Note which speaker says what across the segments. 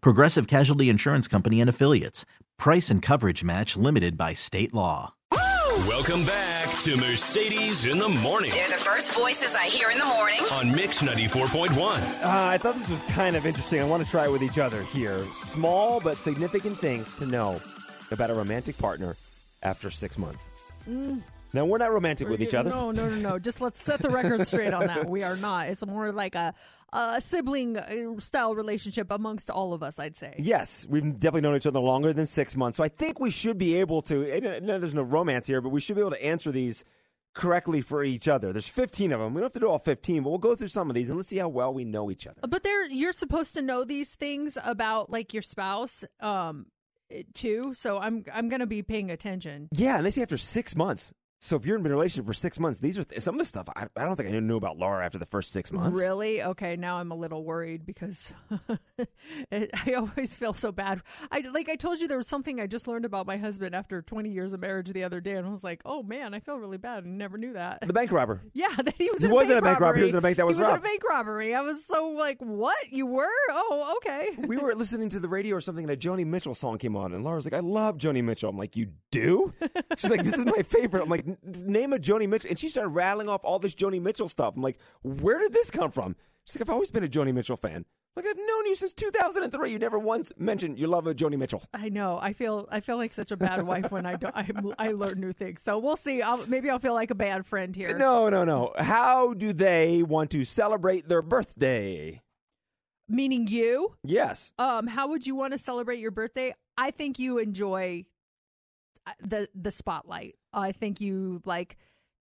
Speaker 1: Progressive Casualty Insurance Company and Affiliates. Price and coverage match limited by state law.
Speaker 2: Welcome back to Mercedes in the Morning
Speaker 3: They're the first voices I hear in the morning.
Speaker 2: on Mix 94.1.
Speaker 4: Uh, I thought this was kind of interesting. I want to try it with each other here. Small but significant things to know about a romantic partner after six months. Now, we're not romantic with each other.
Speaker 5: No, no, no, no. Just let's set the record straight on that. We are not. It's more like a, a sibling uh, style relationship amongst all of us, I'd say.
Speaker 4: Yes, we've definitely known each other longer than six months. So I think we should be able to, and, uh, no, there's no romance here, but we should be able to answer these correctly for each other. There's 15 of them. We don't have to do all 15, but we'll go through some of these and let's see how well we know each other.
Speaker 5: But there, you're supposed to know these things about like your spouse, um, it- too. So I'm I'm gonna be paying attention.
Speaker 4: Yeah, and they say after six months. So if you're in a relationship for six months, these are th- some of the stuff I, I don't think I knew about Laura after the first six months.
Speaker 5: Really? Okay, now I'm a little worried because it, I always feel so bad. I like I told you there was something I just learned about my husband after 20 years of marriage the other day, and I was like, oh man, I feel really bad. I never knew that.
Speaker 4: The bank robber.
Speaker 5: Yeah, that he was.
Speaker 4: He
Speaker 5: in
Speaker 4: was
Speaker 5: a bank
Speaker 4: in a bank robbery. He was in a bank that was
Speaker 5: He was in
Speaker 4: robbed.
Speaker 5: a bank robbery. I was so like, what? You were? Oh, okay.
Speaker 4: we were listening to the radio or something, and a Joni Mitchell song came on, and Laura's like, "I love Joni Mitchell." I'm like, "You do?" She's like, "This is my favorite." I'm like, "N- "Name a Joni Mitchell," and she started rattling off all this Joni Mitchell stuff. I'm like, "Where did this come from?" She's like, "I've always been a Joni Mitchell fan. Like, I've known you since 2003. You never once mentioned your love of Joni Mitchell."
Speaker 5: I know. I feel. I feel like such a bad wife when I don't. I, I learn new things. So we'll see. I'll, maybe I'll feel like a bad friend here.
Speaker 4: No, no, no. How do they want to celebrate their birthday?
Speaker 5: Meaning you.
Speaker 4: Yes.
Speaker 5: Um, how would you want to celebrate your birthday? I think you enjoy uh, the the spotlight. I think you like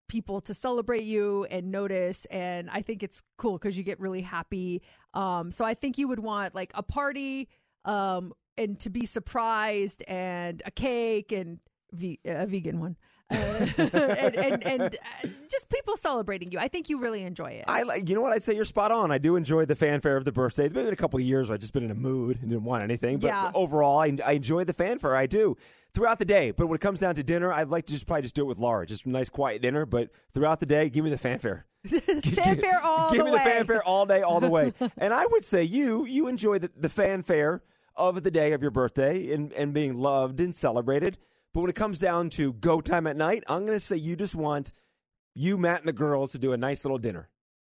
Speaker 5: people to celebrate you and notice and I think it's cool cuz you get really happy. Um so I think you would want like a party um and to be surprised and a cake and ve- a vegan one. Uh, and and, and uh, just people celebrating you. I think you really enjoy it.
Speaker 4: I like, you know what? I'd say you're spot on. I do enjoy the fanfare of the birthday. There's been a couple of years where I've just been in a mood and didn't want anything. But
Speaker 5: Yeah.
Speaker 4: overall, I, I enjoy the fanfare. I do throughout the day. But when it comes down to dinner, I'd like to just probably just do it with Laura. Just a nice, quiet dinner. But throughout the day, give me the fanfare.
Speaker 5: fanfare all
Speaker 4: give
Speaker 5: the
Speaker 4: me
Speaker 5: way.
Speaker 4: the fanfare all day, all the way. and I would say you you enjoy the, the fanfare of the day of your birthday and, and being loved and celebrated. But when it comes down to go time at night, I'm going to say you just want you, Matt, and the girls to do a nice little dinner.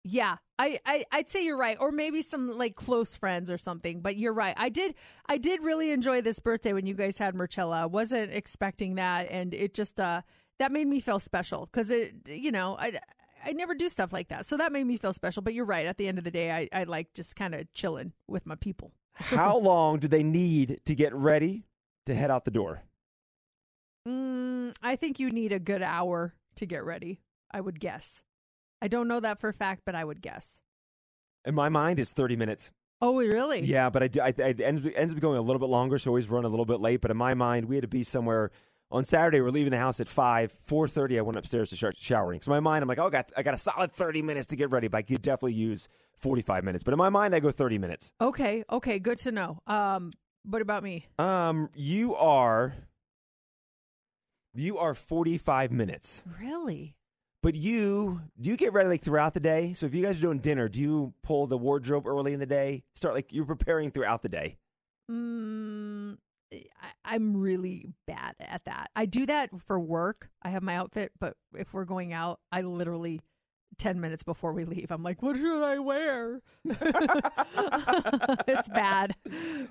Speaker 5: Yeah, I, I I'd say you're right, or maybe some like close friends or something. But you're right. I did I did really enjoy this birthday when you guys had Marcella. I wasn't expecting that, and it just uh that made me feel special because it you know I I never do stuff like that, so that made me feel special. But you're right. At the end of the day, I I like just kind of chilling with my people.
Speaker 4: How long do they need to get ready to head out the door?
Speaker 5: Mm, I think you need a good hour to get ready. I would guess. I don't know that for a fact, but I would guess.
Speaker 4: In my mind, it's 30 minutes.
Speaker 5: Oh, really?
Speaker 4: Yeah, but I, do- I, I it ends, it ends up going a little bit longer, so I always run a little bit late. But in my mind, we had to be somewhere on Saturday. We're leaving the house at five, four thirty. I went upstairs to start showering. So in my mind, I'm like, oh, I got, I got a solid 30 minutes to get ready, but I could definitely use 45 minutes. But in my mind, I go 30 minutes.
Speaker 5: Okay. Okay. Good to know. Um, what about me?
Speaker 4: Um, you are, you are 45 minutes.
Speaker 5: Really?
Speaker 4: But you do you get ready like throughout the day? So if you guys are doing dinner, do you pull the wardrobe early in the day? Start like you're preparing throughout the day.
Speaker 5: Mm, I, I'm really bad at that. I do that for work. I have my outfit, but if we're going out, I literally. 10 minutes before we leave, I'm like, what should I wear? it's bad.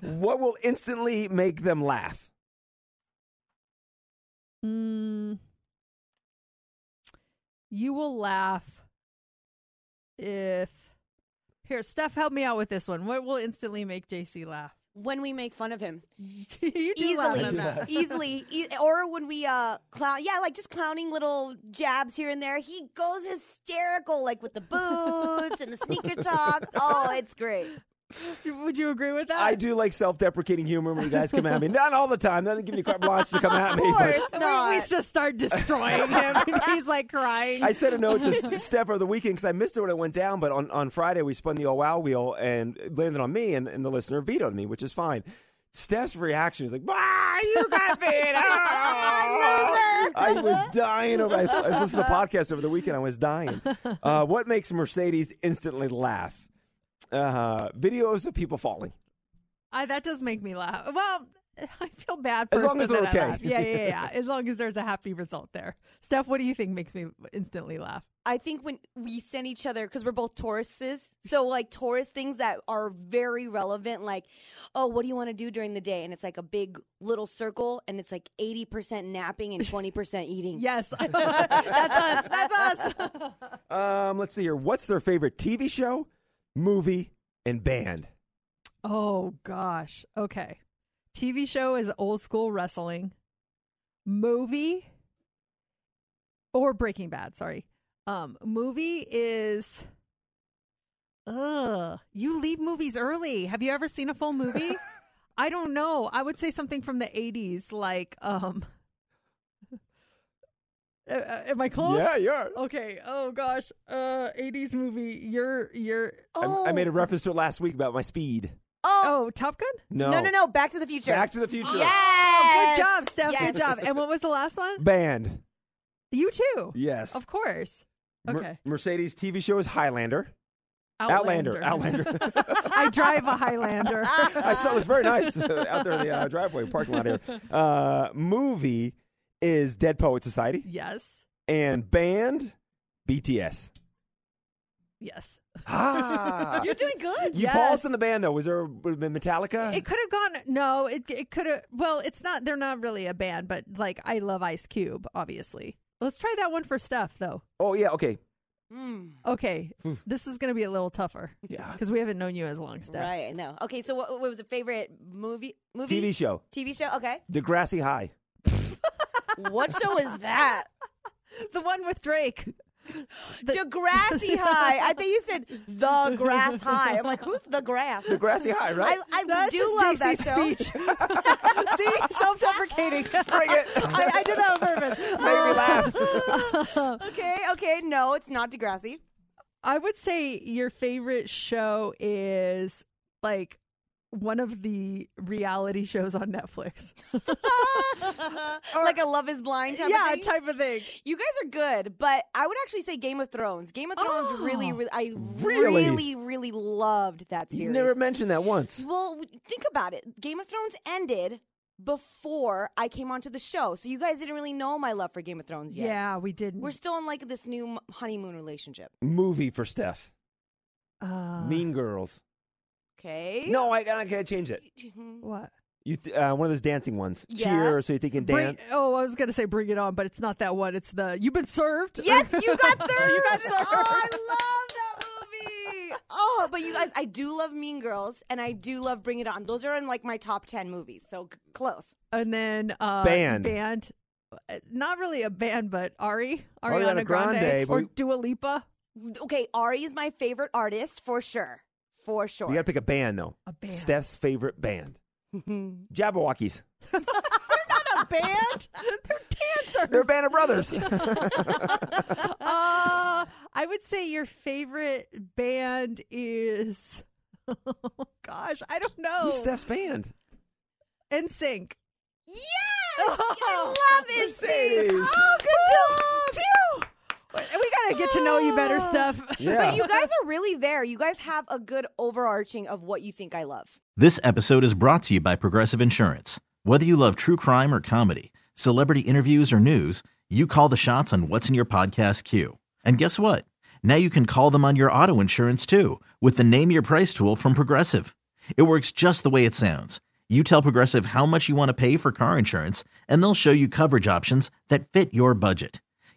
Speaker 4: What will instantly make them laugh?
Speaker 5: Mm, you will laugh if. Here, Steph, help me out with this one. What will instantly make JC laugh?
Speaker 6: When we make fun of him,
Speaker 5: you do laugh
Speaker 6: easily,
Speaker 5: at that.
Speaker 6: easily, e- or when we uh clown, yeah, like just clowning little jabs here and there. He goes hysterical, like with the boots and the sneaker talk. Oh, it's great.
Speaker 5: Would you agree with that?
Speaker 4: I do like self-deprecating humor when you guys come at me. Not all the time. Doesn't give me carte blanche to come at me.
Speaker 6: Of
Speaker 4: but-
Speaker 6: course
Speaker 5: We-
Speaker 6: not.
Speaker 5: We, just start destroying him. and he's like crying.
Speaker 4: I sent a note to Steph over the weekend because I missed it when it went down. But on, on Friday, we spun the oh wow wheel and it landed on me, and, and the listener vetoed me, which is fine. Steph's reaction is like, ah, you got me. I was dying. Over, I, I listened to the podcast over the weekend. I was dying. Uh, what makes Mercedes instantly laugh? Uh, videos of people falling.
Speaker 5: I- that does make me laugh. Well, I feel bad for
Speaker 4: As long as
Speaker 5: that
Speaker 4: they're
Speaker 5: I
Speaker 4: okay.
Speaker 5: laugh. Yeah, yeah, yeah. As long as there's a happy result there. Steph, what do you think makes me instantly laugh?
Speaker 6: I think when we send each other, because we're both Tauruses, so like Taurus things that are very relevant, like, oh, what do you want to do during the day? And it's like a big little circle, and it's like 80% napping and 20% eating.
Speaker 5: Yes, that's us. That's us.
Speaker 4: Um, let's see here. What's their favorite TV show, movie, and band?
Speaker 5: Oh gosh. Okay. TV show is old school wrestling. Movie or Breaking Bad, sorry. Um movie is Ugh. You leave movies early. Have you ever seen a full movie? I don't know. I would say something from the 80s like um uh, uh, Am I close?
Speaker 4: Yeah, yeah.
Speaker 5: Okay. Oh gosh. Uh 80s movie. You're you're
Speaker 4: I, I made a reference to it last week about my speed.
Speaker 5: Oh, Top Gun?
Speaker 4: No,
Speaker 6: No, no, no. Back to the future.
Speaker 4: Back to the Future.
Speaker 6: Yes.
Speaker 5: Oh, Good job, Steph.
Speaker 6: Yes.
Speaker 5: Good job. And what was the last one?
Speaker 4: Band.
Speaker 5: You too.
Speaker 4: Yes.
Speaker 5: Of course.
Speaker 4: Mer-
Speaker 5: Okay.
Speaker 4: Mercedes TV show is Highlander. Outlander. Outlander.
Speaker 5: I drive a Highlander.
Speaker 4: I saw this very nice out there in the uh, driveway parking lot here. Uh, movie is Dead Poet Society
Speaker 5: yes.
Speaker 4: and band BTS.
Speaker 5: Yes.
Speaker 4: Ah.
Speaker 5: You're doing good.
Speaker 4: you paused on the band though. Was there would have been Metallica?
Speaker 5: It could have gone. No, it it could have. Well, it's not. They're not really a band, but like I love Ice Cube, obviously. Let's try that one for Steph, though.
Speaker 4: oh yeah. Okay.
Speaker 6: Mm.
Speaker 5: Okay, this is going to be a little tougher.
Speaker 4: Yeah.
Speaker 5: because we haven't known you as long, Steph.
Speaker 6: Right, I know. Okay, so what, what was a favorite movie? Movie?
Speaker 4: TV show
Speaker 6: TV show? Okay.
Speaker 4: Degrassi High.
Speaker 6: what show is that?
Speaker 5: The one with Drake.
Speaker 6: Degrassi High. I think you said The Grass High. I'm like, who's The Grass?
Speaker 4: Degrassi High, right?
Speaker 6: I, I
Speaker 5: That's
Speaker 6: do
Speaker 5: just
Speaker 6: love that
Speaker 5: JC's
Speaker 6: show.
Speaker 5: speech. See, self-deprecating.
Speaker 4: Bring it.
Speaker 5: I, I did that on purpose.
Speaker 4: Made me laugh.
Speaker 6: Okay, okay, no, it's not Degrassi.
Speaker 5: I would say your favorite show is like one of the reality shows on Netflix.
Speaker 6: like a Love Is Blind type
Speaker 5: yeah,
Speaker 6: of thing.
Speaker 5: type of thing.
Speaker 6: you guys are good, but I would actually say Game of Thrones. Game of Thrones really,
Speaker 5: Oh.
Speaker 6: really, I
Speaker 4: Really?
Speaker 6: really, really loved that
Speaker 4: You
Speaker 6: series.
Speaker 4: never mentioned that once.
Speaker 6: Well, w- think about it. Game of Thrones ended before I came onto the show, so you guys didn't really know my love for Game of Thrones yet.
Speaker 5: Yeah, we didn't.
Speaker 6: We're still in like this new m- honeymoon relationship.
Speaker 4: Movie for Steph.
Speaker 5: uh,
Speaker 4: mean Girls.
Speaker 6: Okay.
Speaker 4: No, I, I gotta change it.
Speaker 5: What?
Speaker 4: You th- uh, one of those dancing ones.
Speaker 6: Yeah.
Speaker 4: Cheer, so you think in
Speaker 5: Bring,
Speaker 4: dance.
Speaker 5: oh, I was gonna say bring it on, but it's not that one. It's the you've been served.
Speaker 6: Yes, you got served.
Speaker 5: you got served.
Speaker 6: Oh, I love that movie. Oh, but you guys, I do love Mean Girls, and I do love Bring It On. Those are in like my top ten movies, so c- close.
Speaker 5: and then uh,
Speaker 4: Band.
Speaker 5: band. Uh, Not really a band, but Ari, Ariana,
Speaker 4: Ariana
Speaker 5: Grande,
Speaker 4: Grande, but
Speaker 5: or
Speaker 4: we-
Speaker 5: Dua Lipa.
Speaker 6: Okay, Ari is my favorite artist for sure, for sure.
Speaker 4: You gotta pick a band though.
Speaker 5: A band.
Speaker 4: Steph's favorite band. Jabberwockies.
Speaker 5: Not a band. They're dancers.
Speaker 4: They're a band of brothers.
Speaker 5: Uh, I would say your favorite band is. Oh gosh, I don't know.
Speaker 4: Who's Steph's band?
Speaker 5: In Sync.
Speaker 6: Yes, I love it.
Speaker 4: Mercedes.
Speaker 5: Oh, good job. Phew. We gotta get to know you better, Steph.
Speaker 4: Yeah.
Speaker 6: But you guys are really there. You guys have a good overarching of what you think I love.
Speaker 1: This episode is brought to you by Progressive Insurance. Whether you love true crime or comedy, celebrity interviews or news, you call the shots on what's in your podcast queue. And guess what? Now you can call them on your auto insurance too with the Name Your Price tool from Progressive. It works just the way it sounds. You tell Progressive how much you want to pay for car insurance, and they'll show you coverage options that fit your budget.